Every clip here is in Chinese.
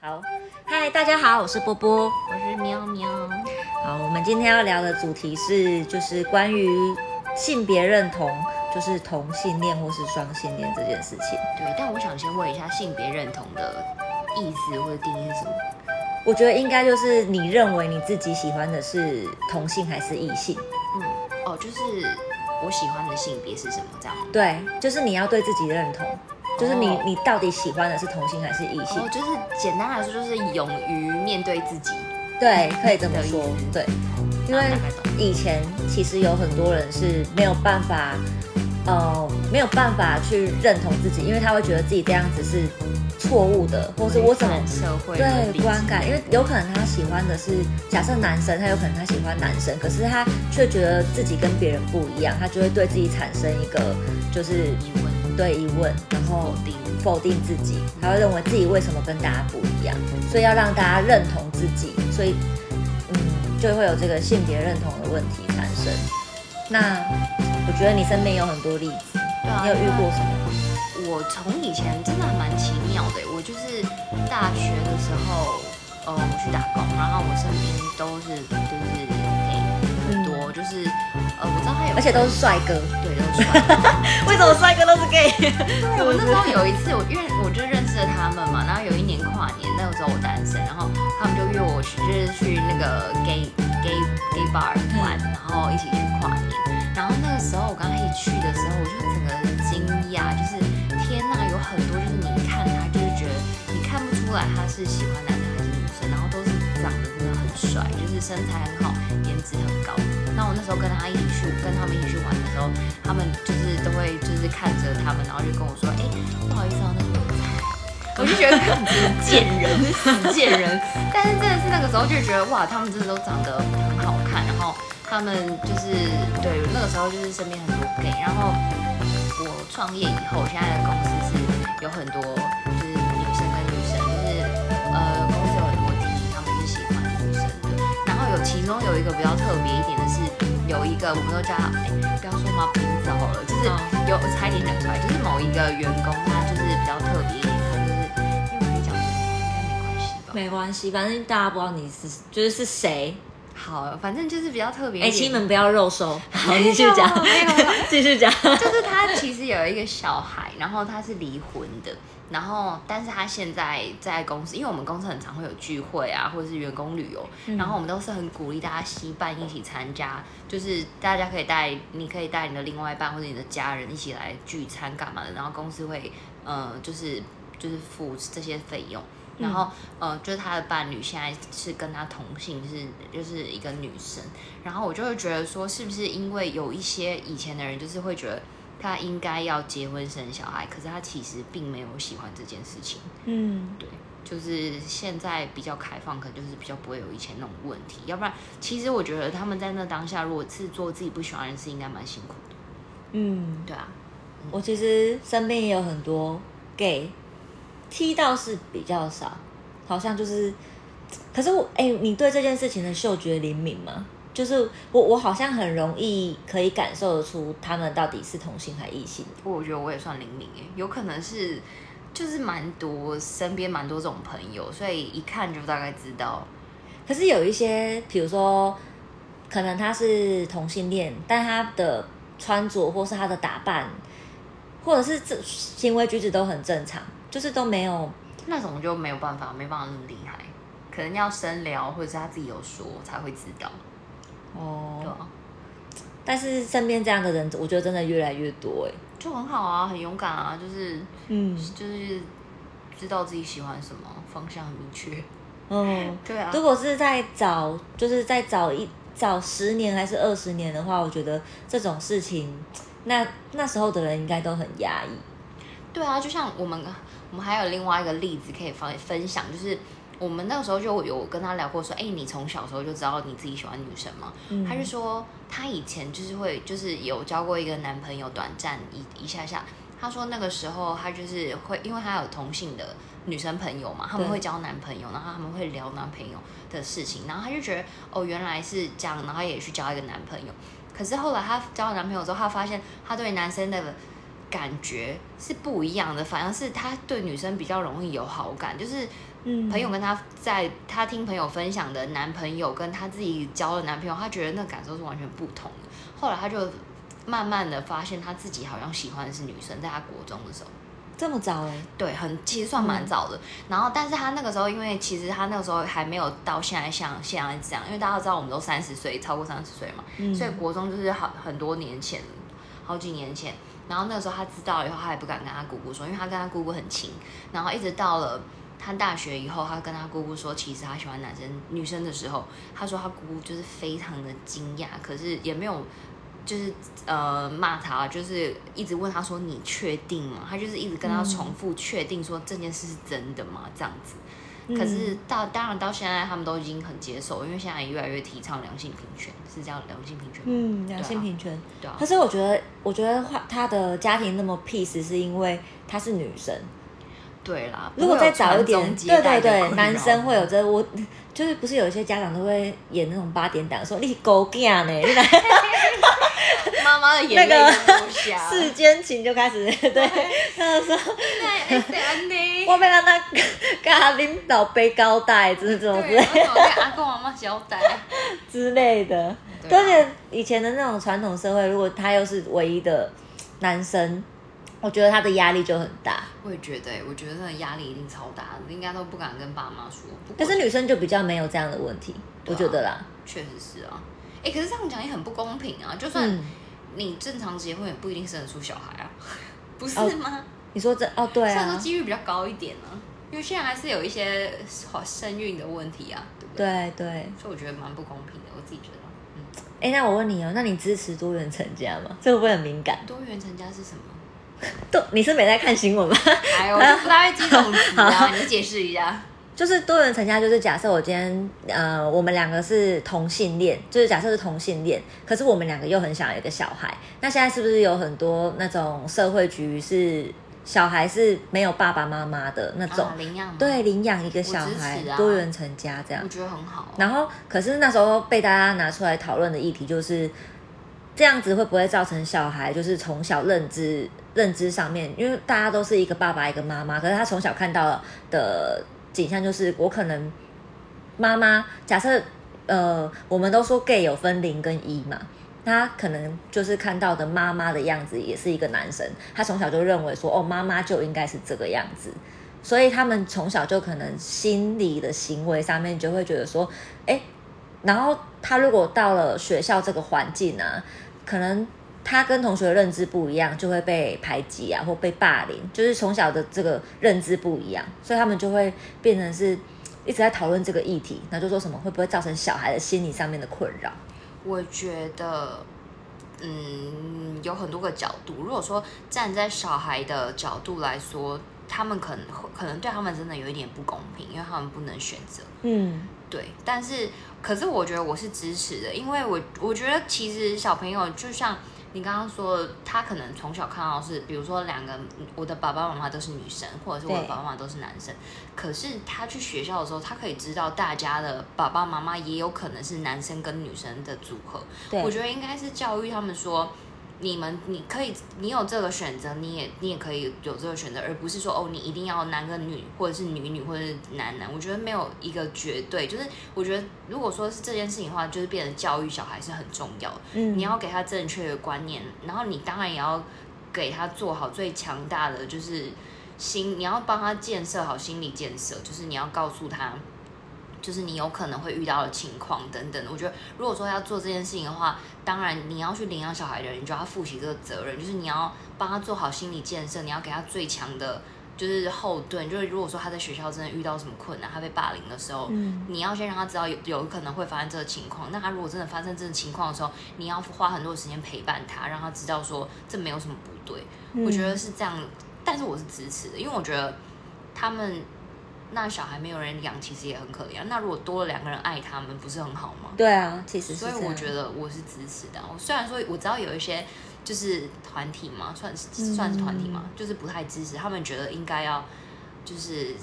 好，嗨，大家好，我是波波。我是喵喵。好，我们今天要聊的主题是，就是关于性别认同，就是同性恋或是双性恋这件事情。对，但我想先问一下性别认同的意思或者定义是什么？我觉得应该就是你认为你自己喜欢的是同性还是异性？嗯，哦，就是我喜欢的性别是什么这样吗？对，就是你要对自己认同，就是你、哦你到底喜欢的是同性还是异性？哦，就是简单来说，就是勇于面对自己。对，可以这么说了解，对。因那为我大概懂。以前其实有很多人是没有办法，呃，没有办法去认同自己，因为他会觉得自己这样子是错误的，或是我怎么规范社嗯会伦理对观感，因为有可能他喜欢的是假设男生，他有可能他喜欢男生，可是他却觉得自己跟别人不一样，他就会对自己产生一个就是疑问对疑问，然后否定。否定自己，他会认为自己为什么跟大家不一样，所以要让大家认同自己，所以嗯，就会有这个性别认同的问题产生。那我觉得你身边有很多例子，对啊你有遇过什么？我从以前真的还蛮奇妙的，我就是大学的时候，呃，我去打工，然后我身边都是就是给很嗯多，就是呃，我知道他有，而且都是帅哥，对都是帅哥。为什么帅哥都是 gay？对，我那时候有一次，我因为我就认识了他们嘛，然后有一年跨年，那个时候我单身，然后他们就约我去，就是去那个 gay gay gay bar 玩，然后一起去跨年。然后那个时候我刚一去的时候，我就整个惊讶，就是天呐，有很多就是你一看他就是觉得你看不出来他是喜欢男生还是女生，然后都是长得真的很帅，就是身材很好，颜值很高。那我那时候跟他一起去，跟他们一起去玩的时候，他们就是都会就是看着他们，然后就跟我说，哎、不好意思啊，那是我的菜。 我就觉得看贱人，死贱 人。但是真的是那个时候就觉得哇，他们真的都长得很好看，然后他们就是对那个时候就是身边很多 gay，然后我创业以后，现在的公司是有很多就是女生跟女生，就是呃公司有很多 T，他们是喜欢女生的。然后有其中有一个比较特别一点的是，有一个我们都叫他，哎、不要说嘛名字好了，就是嗯有我差一点讲出来，就是某一个员工他就是比较特别一点，他就是因为我可以讲出来吗，应该没关系吧。没关系，反正大家不知道你是就是是谁。好，反正就是比较特别一哎、点。亲们不要肉收， 好，继续讲没有啊没有，继续讲。就是他其实有一个小孩，然后他是离婚的，然后但是他现在在公司，因为我们公司很常会有聚会啊，或者是员工旅游，然后我们都是很鼓励大家惜伴一起参加，就是大家可以带，你可以带你的另外一半或者你的家人一起来聚餐干嘛的，然后公司会，呃，就是就是付这些费用。然后，呃，就是他的伴侣现在是跟他同性，是就是一个女生。然后我就会觉得说，是不是因为有一些以前的人就是会觉得他应该要结婚生小孩，可是他其实并没有喜欢这件事情。嗯，对，就是现在比较开放，可能就是比较不会有以前那种问题。要不然，其实我觉得他们在那当下，如果是做自己不喜欢的事，应该蛮辛苦的。嗯，对啊，我其实身边也有很多 gay，踢到是比较少，好像就是，可是我哎、你对这件事情的嗅觉灵敏吗？就是我，我好像很容易可以感受得出他们到底是同性还异性。不过我觉得我也算灵敏诶，有可能是就是蛮多身边蛮多这种朋友，所以一看就大概知道。可是有一些，比如说，可能他是同性恋，但他的穿着或是他的打扮，或者是这行为举止都很正常，就是都没有那种就没有办法，没办法那么厉害，可能要深聊或者是他自己有说才会知道。哦对啊，但是身边这样的人，我觉得真的越来越多哎。就很好啊，很勇敢啊，就是嗯就是知道自己喜欢什么，方向很明确。嗯，对啊如果是在早，就是在早一早十年还是二十年的话，我觉得这种事情，那那时候的人应该都很压抑。对啊，就像我们我们还有另外一个例子可以分分享，就是我们那个时候就有跟他聊过说，哎、你从小时候就知道你自己喜欢女生吗？他就说他以前就是会就是有交过一个男朋友，短暂一一下下。他说那个时候他就是会，因为他有同性的女生朋友嘛，他们对会交男朋友，然后他们会聊男朋友的事情，然后他就觉得哦原来是这样，然后也去交一个男朋友。可是后来她交了男朋友之后，她发现她对男生的感觉是不一样的，反而是她对女生比较容易有好感，就是嗯朋友跟她在她听朋友分享的男朋友跟她自己交的男朋友，她觉得那感受是完全不同的。后来她就慢慢的发现她自己好像喜欢的是女生，在她国中的时候。这么早哎、对，很其实算蛮早的。然后，但是他那个时候，因为其实他那个时候还没有到现在像现在这样，因为大家都知道我们都三十岁，超过三十岁嘛，嗯所以国中就是好很多年前，好几年前。然后那个时候他知道了以后，他也不敢跟他姑姑说，因为他跟他姑姑很亲。然后一直到了他大学以后，他跟他姑姑说，其实他喜欢男生女生的时候，他说他姑姑就是非常的惊讶，可是也没有就是呃骂他，就是一直问他说你确定吗？他就是一直跟他重复确定说这件事是真的吗？这样子。嗯可是到当然到现在他们都已经很接受，因为现在也越来越提倡良性平权，是叫良性平权吗？嗯，两性平权。对啊可，是我觉得，我觉得她她的家庭那么 peace，是因为她是女生。对啦。如果再早一不会点，有传宗接对代对的对，困男扰生会有这我 就是不是有一些家长都会演那种八点档，说你狗干呢，你哪 妈妈的眼泪那都 落下。世间情就 开始对，那个时候对，是安 妮。我被让他嘎领导背高带，就是这种之对，类我有跟阿公阿妈交代。之类的。对啊而且以前的那种传统社会，如果他又是唯一的男生，我觉得他的压力就很大。我也觉得，哎我觉得那个压力一定超大，应该都不敢跟爸妈说。不过可是女生就比较没有这样的问题，我对啊觉得啦。确实是啊，哎、可是这样讲也很不公平啊！就算嗯你正常结婚，也不一定生得出小孩啊， 不是哦吗？你说这哦，对虽然说啊，几率比较高一点啊，因为现在还是有一些生育的问题啊，对不对？对对。哎、所以我觉得蛮不公平的，我自己觉得。嗯，那我问你哦，那你支持多元成家吗？这会不会很敏感？多元成家是什么？都你是没在看新闻吗？哎呦，我就不太会记这种词啊，你解释一下。就是多元成家，就是假设我今天呃，我们两个是同性恋，就是假设是同性恋，可是我们两个又很想有一个小孩。那现在是不是有很多那种社会局是小孩是没有爸爸妈妈的那种？啊，领养吗，对，领养一个小我支孩，持啊多元成家这样我。觉得很好啊、然后，可是那时候被大家拿出来讨论的议题就是，这样子会不会造成小孩就是从小认知认知上面，因为大家都是一个爸爸一个妈妈，可是他从小看到的景象就是，我可能妈妈假设呃，我们都说 gay 有分零跟一嘛。他可能就是看到的妈妈的样子，也是一个男生。他从小就认为说，哦，妈妈就应该是这个样子，所以他们从小就可能心理的行为上面就会觉得说，哎，然后他如果到了学校这个环境啊，可能他跟同学的认知不一样，就会被排挤啊，或被霸凌，就是从小的这个认知不一样，所以他们就会变成是一直在讨论这个议题，那就说什么会不会造成小孩的心理上面的困扰？我觉得，嗯，有很多个角度。如果说站在小孩的角度来说，他们可能会可能对他们真的有一点不公平，因为他们不能选择。嗯对，但是可是我觉得我是支持的，因为我我觉得其实小朋友就像你刚刚说，他可能从小看到是，比如说两个我的爸爸妈妈都是女生，或者是我的对爸爸妈妈都是男生，可是他去学校的时候，他可以知道大家的爸爸妈妈也有可能是男生跟女生的组合，对我觉得应该是教育他们说，你们你可以，你有这个选择，你也你也可以有这个选择，而不是说哦，你一定要男跟女，或者是女女，或者是男男。我觉得没有一个绝对，就是我觉得如果说是这件事情的话，就是变得教育小孩是很重要的。嗯你要给他正确的观念，然后你当然也要给他做好最强大的就是心，你要帮他建设好心理建设，就是你要告诉他，就是你有可能会遇到的情况等等的。我觉得如果说要做这件事情的话，当然你要去领养小孩的人，你就要负起这个责任，就是你要帮他做好心理建设，你要给他最强的。就是后盾，就是如果说他在学校真的遇到什么困难，他被霸凌的时候，嗯你要先让他知道有有可能会发生这个情况。那他如果真的发生这个情况的时候，你要花很多时间陪伴他，让他知道说这没有什么不对。嗯我觉得是这样，但是我是支持的，因为我觉得他们那小孩没有人养，其实也很可怜啊。那如果多了两个人爱他们，不是很好吗？对啊，其实是所以这样我觉得我是支持的啊。我虽然说我知道有一些就是团体嘛，算嗯是算是团体嘛，就是不太支持，他们觉得应该要就是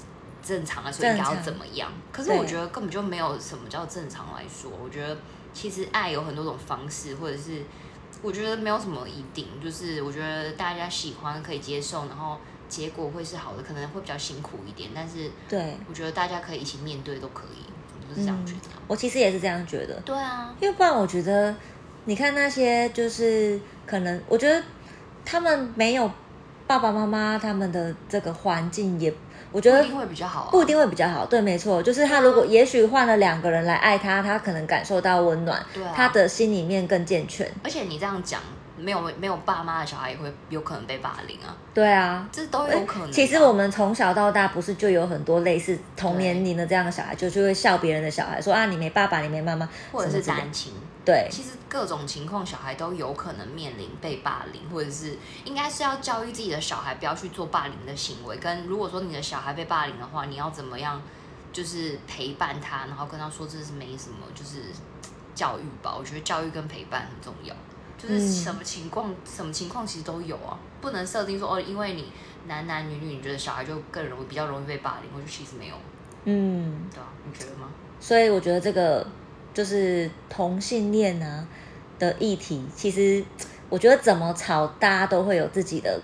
正常来说应该要正常怎么样。可是我对觉得根本就没有什么叫正常来说。我觉得其实爱有很多种方式，或者是我觉得没有什么一定，就是我觉得大家喜欢可以接受，然后结果会是好的，可能会比较辛苦一点，但是对，我觉得大家可以一起面对都可以，我就是嗯这样觉得。啊我其实也是这样觉得，对啊，因为不然我觉得，你看那些就是可能，我觉得他们没有爸爸妈妈他们的这个环境也，我觉不得一定会比较好、啊，不一定会比较好。对，没错，就是他如果也许换了两个人来爱他，他可能感受到温暖，对啊他的心里面更健全。而且你这样讲，没有没有爸妈的小孩也会有可能被霸凌啊，对啊。这都有可能啊、其实我们从小到大不是就有很多类似同年龄的这样的小孩，就就会笑别人的小孩说啊你没爸爸你没妈妈，或者什是么之类的单亲，对其实各种情况小孩都有可能面临被霸凌，或者是应该是要教育自己的小孩不要去做霸凌的行为。跟如果说你的小孩被霸凌的话，你要怎么样就是陪伴他，然后跟他说这是没什么，就是教育吧。我觉得教育跟陪伴很重要。就是嗯什么情况，什么情况其实都有啊，不能设定说哦，因为你男男女女，你觉得小孩就更容易比较容易被霸凌，我觉得其实没有，嗯。对啊，你觉得吗？所以我觉得这个就是同性恋啊的议题，其实我觉得怎么吵，大家都会有自己的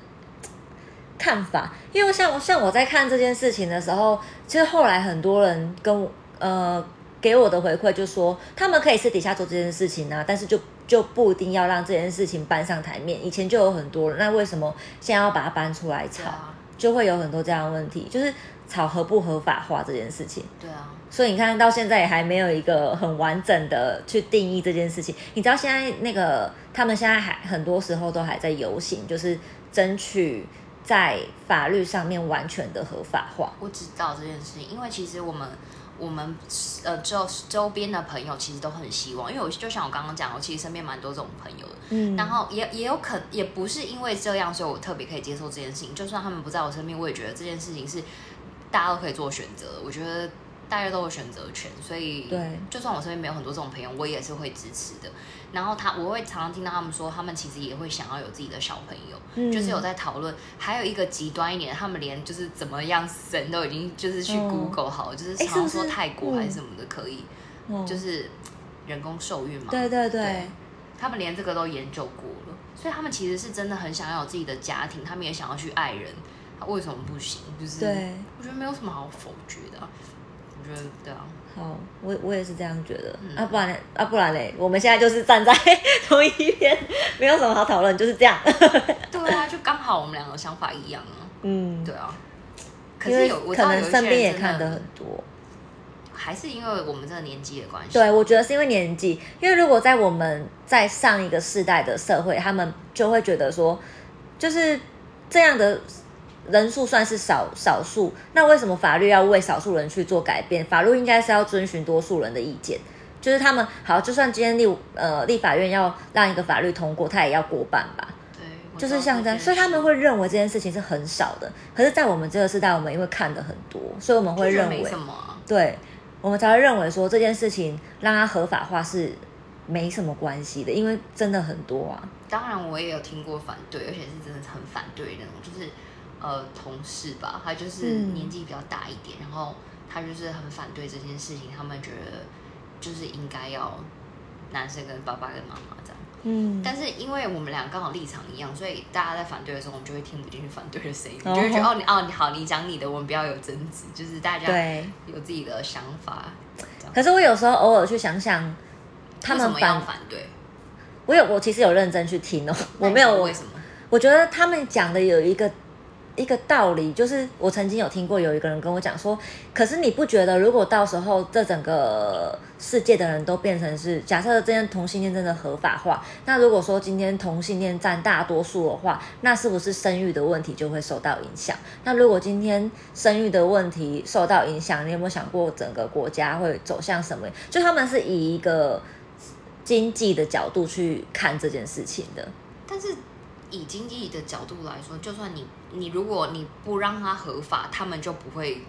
看法。因为像像我在看这件事情的时候，其实后来很多人跟我呃给我的回馈就说，他们可以私底下做这件事情啊，但是就就不一定要让这件事情搬上台面。以前就有很多人，那为什么现在要把它搬出来对吵？啊，就会有很多这样的问题，就是吵合不合法化这件事情。对啊，所以你看到现在也还没有一个很完整的去定义这件事情。你知道现在那个他们现在还很多时候都还在游行，就是争取在法律上面完全的合法化。我知道这件事情，因为其实我们我们呃周周边的朋友其实都很希望，因为我就像我刚刚讲，我其实身边蛮多这种朋友的，嗯然后也也有可也不是因为这样，所以我特别可以接受这件事情。就算他们不在我身边，我也觉得这件事情是大家都可以做选择。我觉得大家都有选择权，所以对就算我身边没有很多这种朋友，我也是会支持的。然后他我会常常听到他们说，他们其实也会想要有自己的小朋友，嗯就是有在讨论。还有一个极端一点，他们连就是怎么样生都已经就是去哦 Google 好了，就是诶常常是不说是泰国还是嗯什么的可以，嗯就是人工受孕嘛。对对对，对他们连这个都研究过了，所以他们其实是真的很想要有自己的家庭，他们也想要去爱人，他为什么不行？就是对我觉得没有什么好否决的啊、我觉得对啊，好，我我也是这样觉得。嗯啊，不然啊，不然嘞，我们现在就是站在同一边，没有什么好讨论，就是这样。对啊，就刚好我们两个想法一样啊，嗯，对啊。可因为是有，我知可道能有一些身边也人真看的得很多。还是因为我们这个年纪的关系，对，我觉得是因为年纪，因为如果在我们在上一个世代的社会，他们就会觉得说，就是这样的人数算是少少数，那为什么法律要为少数人去做改变？法律应该是要遵循多数人的意见。就是他们好，就算今天立呃立法院要让一个法律通过，他也要过半吧，对，我就知是道像这这样，件所以他们事会认为这件事情是很少的。可是，在我们这个时代，我们因为看的很多，所以我们会就觉认得为没什么啊、对，我们才会认为说这件事情让它合法化是没什么关系的，因为真的很多啊。当然，我也有听过反对，而且是真的很反对的那种，就是呃同事吧，他就是嗯年纪比较大一点，然后他就是很反对这件事情，他们觉得就是应该要男生跟爸爸跟妈妈这样。嗯但是因为我们俩刚好立场一样，所以大家在反对的时候，我们就会听不进去反对的声音，哦你就会觉得哦你哦你好，你讲你的，我们不要有争执，就是大家对。有自己的想法。这样可是我有时候偶尔去想想，他为什们么要反反对？我有我其实有认真去听哦，我没有那你我为什么？我觉得他们讲的有一个一个道理，就是我曾经有听过有一个人跟我讲说，可是你不觉得如果到时候这整个世界的人都变成是假设这件同性恋真的合法化，那如果说今天同性恋占大多数的话，那是不是生育的问题就会受到影响？那如果今天生育的问题受到影响，你有没有想过整个国家会走向什么？就他们是以一个经济的角度去看这件事情的。但是以经济的角度来说，就算你你如果你不让它合法，他们就不会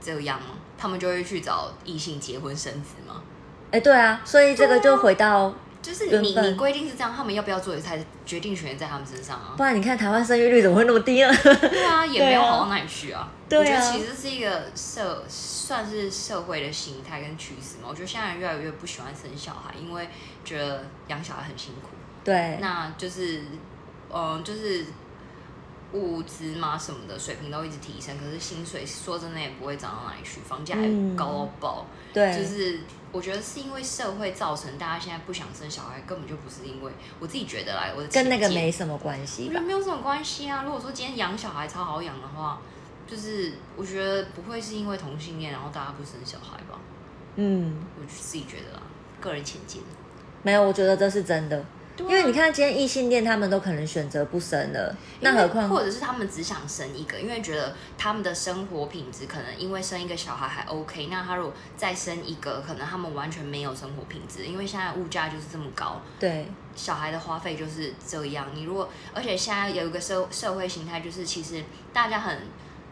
这样吗？他们就会去找异性结婚生子吗？哎，对啊，所以这个就回到，就是原你本你规定是这样，他们要不要做也才决定权在他们身上啊不。然你看台湾生育率怎么会那么低啊？ 对啊，也没有好到哪里去啊。对啊我觉得其实是一个社算是社会的形态跟趋势嘛。我觉得现在人越来越不喜欢生小孩，因为觉得养小孩很辛苦。对，那就是，嗯、就是呃物资嘛什么的水平都一直提升，可是薪水说真的也不会涨到哪里去，房价也嗯高到爆。对，就是我觉得是因为社会造成大家现在不想生小孩，根本就不是因为我自己觉得啦，我的跟那个浅见没什么关系我觉吧得？没有什么关系啊。如果说今天养小孩超好养的话，就是我觉得不会是因为同性恋，然后大家不生小孩吧？嗯，我自己觉得啦，个人浅见。没有，我觉得这是真的。对啊因为你看，今天异性恋他们都可能选择不生了，那何况因为或者是他们只想生一个，因为觉得他们的生活品质可能因为生一个小孩还 OK，那他如果再生一个，可能他们完全没有生活品质，因为现在物价就是这么高，对小孩的花费就是这样。你如果而且现在有一个社社会形态，就是其实大家很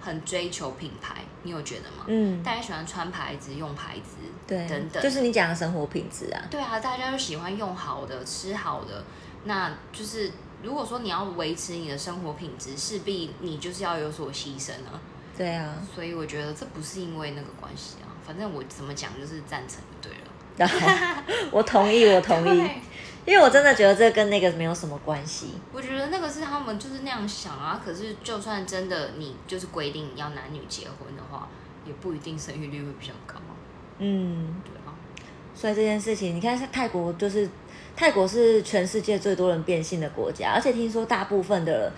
很追求品牌，你有觉得吗？嗯大家喜欢穿牌子、用牌子，对，等等，就是你讲的生活品质啊，对啊，大家就喜欢用好的、吃好的，那就是如果说你要维持你的生活品质，势必你就是要有所牺牲啊。对 啊，所以我觉得这不是因为那个关系啊，反正我怎么讲就是赞成就对了。然后我同意，我同意，对因为我真的觉得这跟那个没有什么关系。我觉得那个是他们就是那样想啊。可是就算真的你就是规定要男女结婚的话，也不一定生育率会比较高啊，嗯，对啊。所以这件事情，你看像泰国，就是泰国是全世界最多人变性的国家，而且听说大部分的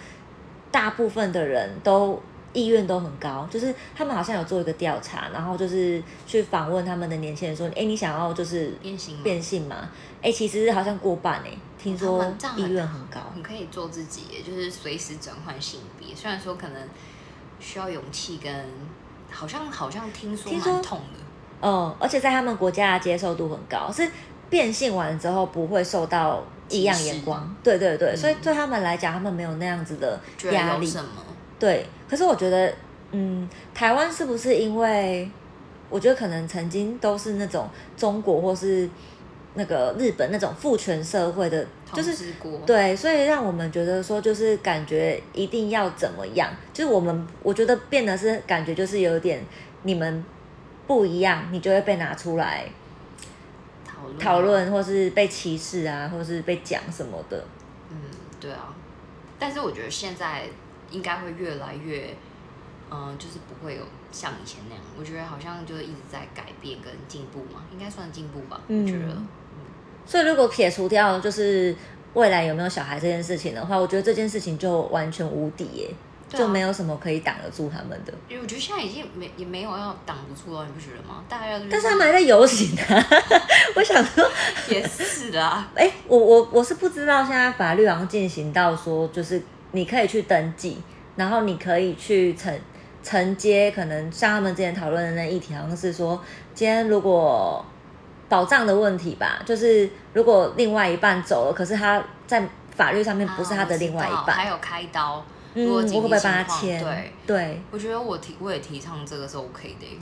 大部分的人都意愿都很高，就是他们好像有做一个调查，然后就是去访问他们的年轻人说，哎，你想要就是变性吗变性吗？哎，其实好像过半哎，听说嗯他们这样意很愿很高，你可以做自己，也就是随时转换性别。虽然说可能需要勇气跟，好像好像听说听说蛮痛的，嗯，而且在他们国家的接受度很高，是变性完之后不会受到异样眼光，对对对，所以对他们来讲，他们没有那样子的觉压得有力，什么？对。可是我觉得，嗯，台湾是不是因为，我觉得可能曾经都是那种中国或是那个日本那种父权社会的，就同是治国，对，所以让我们觉得说，就是感觉一定要怎么样，就是我们我觉得变得是感觉就是有点你们不一样，你就会被拿出来讨论讨，论，或是被歧视啊，或是被讲什么的。嗯，对啊。但是我觉得现在应该会越来越，嗯、就是不会有像以前那样。我觉得好像就是一直在改变跟进步嘛，应该算进步吧。嗯我觉得，所以如果撇除掉就是未来有没有小孩这件事情的话，我觉得这件事情就完全无敌耶、对啊就没有什么可以挡得住他们的。因为我觉得现在已经没也没有要挡不住了，你不觉得吗？大家就是但是他们还在游行啊！ 我想说，也是啦，哎、我我我是不知道现在法律好像进行到说，就是你可以去登记，然后你可以去承承接，可能像他们之前讨论的那议题，好像是说，今天如果保障的问题吧，就是如果另外一半走了，可是他在法律上面不是他的另外一啊我知道还半，有开刀，嗯，如果我紧会急不会帮他情况签？对，对，我觉得我提我也提倡这个是 OK 的耶，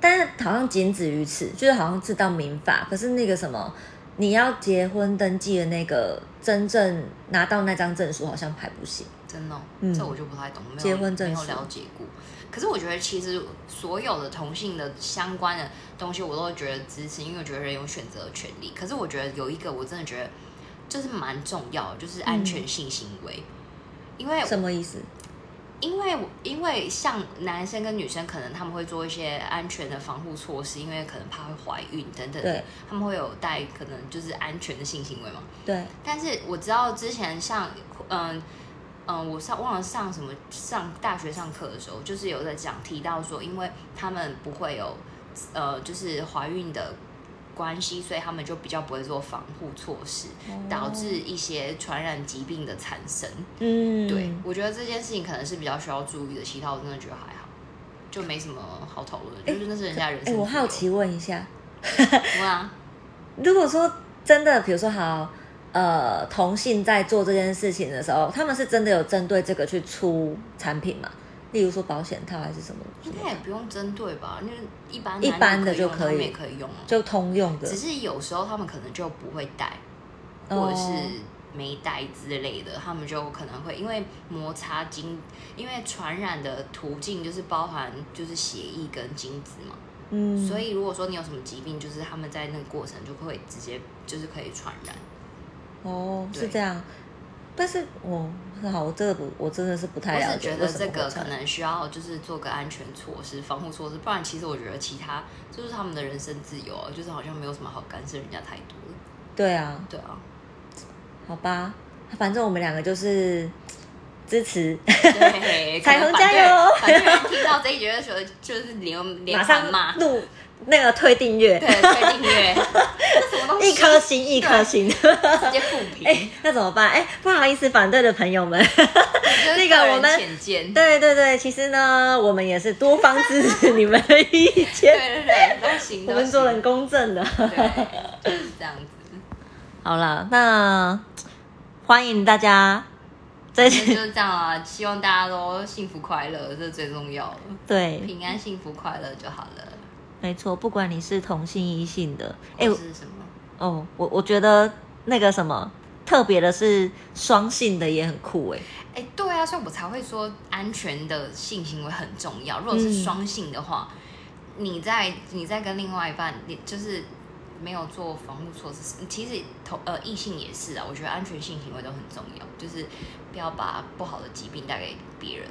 但是好像仅止于此，就是好像知道民法，可是那个什么，你要结婚登记的那个真正拿到那张证书，好像还不行。真的哦、嗯这我就不太懂，没有结婚证没书有了解过。可是我觉得其实所有的同性的相关的东西，我都觉得支持，因为我觉得人有选择的权利。可是我觉得有一个我真的觉得就是蛮重要的，就是嗯安全性行为，因为什么意思？因为我因为像男生跟女生，可能他们会做一些安全的防护措施，因为可能怕会怀孕等等对的，他们会有带可能就是安全的性行为嘛。对，但是我知道之前像嗯嗯，我上忘了上什么上大学上课的时候，就是有在讲提到说，因为他们不会有呃就是怀孕的关系，所以他们就比较不会做防护措施，导致哦一些传染疾病的产生。嗯，对，我觉得这件事情可能是比较需要注意的，其他我真的觉得还好，就没什么好讨论的，就是那是人家人哎，生。我好，奇问一下，对啊，如果说真的，比如说好，呃，同性在做这件事情的时候，他们是真的有针对这个去出产品吗？例如说保险套还是什么， 应该也不用针对吧，因为一般一男女般的可以用就可以他们也可以用啊，就通用的只，是有时候他们可能就不会带，或者是哦没带之类的，他们就可能会因为摩擦精，因为传染的途径就是包含就是血液跟精子嘛，嗯，所以如果说你有什么疾病，就是他们在那个过程就会直接就是可以传染。哦，对是这样。但是我好，我真的不，我真的是不太我了只解觉为得什么这会个这样可能需要就是做个安全措施、防护措施，不然其实我觉得其他就是他们的人身自由啊，就是好像没有什么好干涉人家太多的。对啊，对 啊，好吧，反正我们两个就是支持，对，可彩能虹反加对油反对人听到这一节的时候，就是 连连马环上骂，录那个退订阅对，，推订 阅，这什么东一西？颗星一颗星。直接复评，哎、那怎么办？哎、不好意思，反对的朋友们， 就是那个人我们浅见，对对对对，其实呢，我们也是多方支 持你们的意见，对对，都行，我都们做行人公正的。对，就是这样子， 好了，那欢迎大家这就次是这样啊。希望大家都幸福快乐，这是最重要的，对，平安、幸福、快乐就好了。没错，不管你是同性异性的，哎、哎，我是什么？哦，我我觉得那个什么特别的是双性的也很酷哎、哎，对啊，所以我才会说安全的性行为很重要。如果是嗯双性的话，你在你在跟另外一半，你就是没有做防护措施，其实同呃异性也是啊。我觉得安全性行为都很重要，就是不要把不好的疾病带给别人，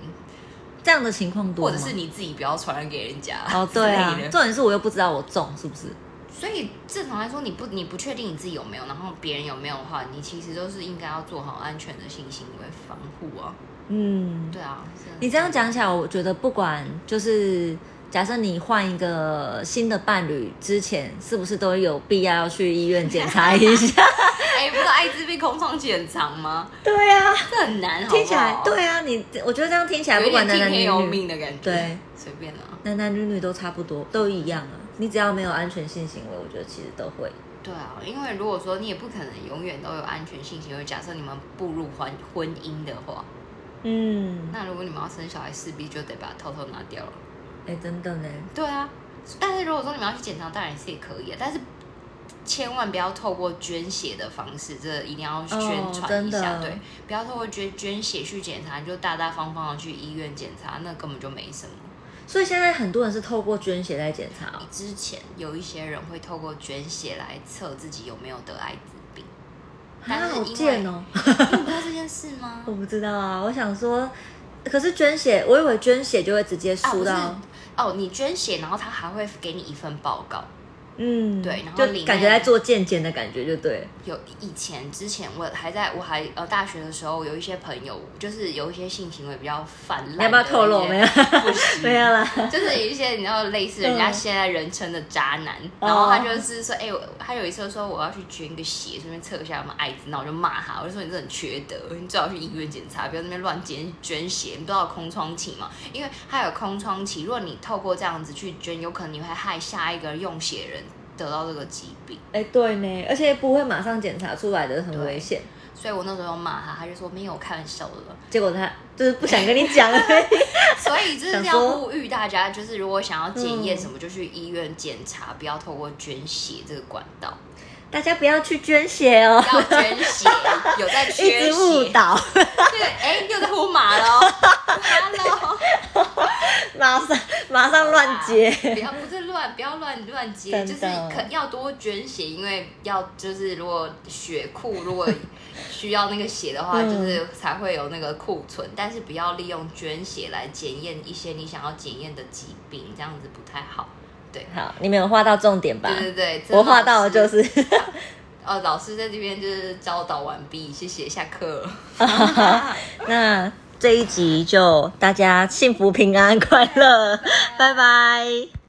这样的情况多或吗者？是你自己不要传染给人家。哦，对啊之类，的重点是我又不知道我中是不是？所以正常来说，你不你不确定你自己有没有，然后别人有没有的话，你其实都是应该要做好安全的性行为防护啊。嗯，对啊，是啊你这样讲起来，我觉得不管就是假设你换一个新的伴侣之前，是不是都有必要要去医院检查一 下？哎、不是艾滋病空窗期很长吗？对啊，这很难，好不好听起来，对啊，你我觉得这样听起来，有不一管点男听男天女由女，命的感觉，对，随便啊。男男女女都差不多，都一样啊。你只要没有安全性行为，我觉得其实都会。对啊，因为如果说你也不可能永远都有安全性行为，假设你们步入婚婚姻的话，嗯，那如果你们要生小孩，势必就得把它偷偷拿掉了。哎，真的呢。对啊，但是如果说你们要去检查，当然也是也可以啊，但是千万不要透过捐血的方式，这一定要宣传一哦真下，的对，不要透过捐捐血去检查，你就大大方方的去医院检查，那根本就没什么。所以现在很多人是透过捐血来检查哦、之前有一些人会透过捐血来测自己有没有得艾滋病，但啊，是好因为贱哦、 你不知道这件事吗？我不知道啊，我想说，可是捐血，我以为捐血就会直接啊，不输是到、哦，你捐血，然后他还会给你一份报告。嗯，对然后里面就感觉在做健检的感觉，就对了。有以前之前我还在我还呃大学的时候，有一些朋友就是有一些性行为比较泛滥的你要一些，不要透露？没有， 不行， 没有啦。就是有一些你知道类似人家嗯现在人称的渣男，哦然后他就是说，哎、我他有一次说我要去捐个血，顺便测一下有没有艾滋，那我就骂他，我就说你这很缺德，你最好去医院检查，不要在那边乱捐捐血，你不知道有空窗期嘛？因为他有空窗期，如果你透过这样子去捐，有可能你会害下一个用血人得到这个疾病。哎、对呢，而且不会马上检查出来的，很危险。所以我那时候骂他，他就说没有，我开玩笑的。结果他就是不想跟你讲了。所以就是想要说嗯呼吁大家，就是如果想要检验什么，就去医院检查，不要透过捐血这个管道。大家不要去捐血哦，要捐血，有 在一缺直血，误导，对，哎、又在呼 麻了哦，Hello，马上马上乱接。不要不是乱，不要乱乱接，真就是的可要多捐血，因为要就是如果血库如果需要那个血的话，嗯就是才会有那个库存，但是不要利用捐血来检验一些你想要检验的疾病，这样子不太好。对，好，你没有画到重点吧？对对对，这啊我画到老的师就是， 呃，老师在这边就是教导完毕，谢谢，下课。 那这一集就大家幸福、平安、快乐，拜拜。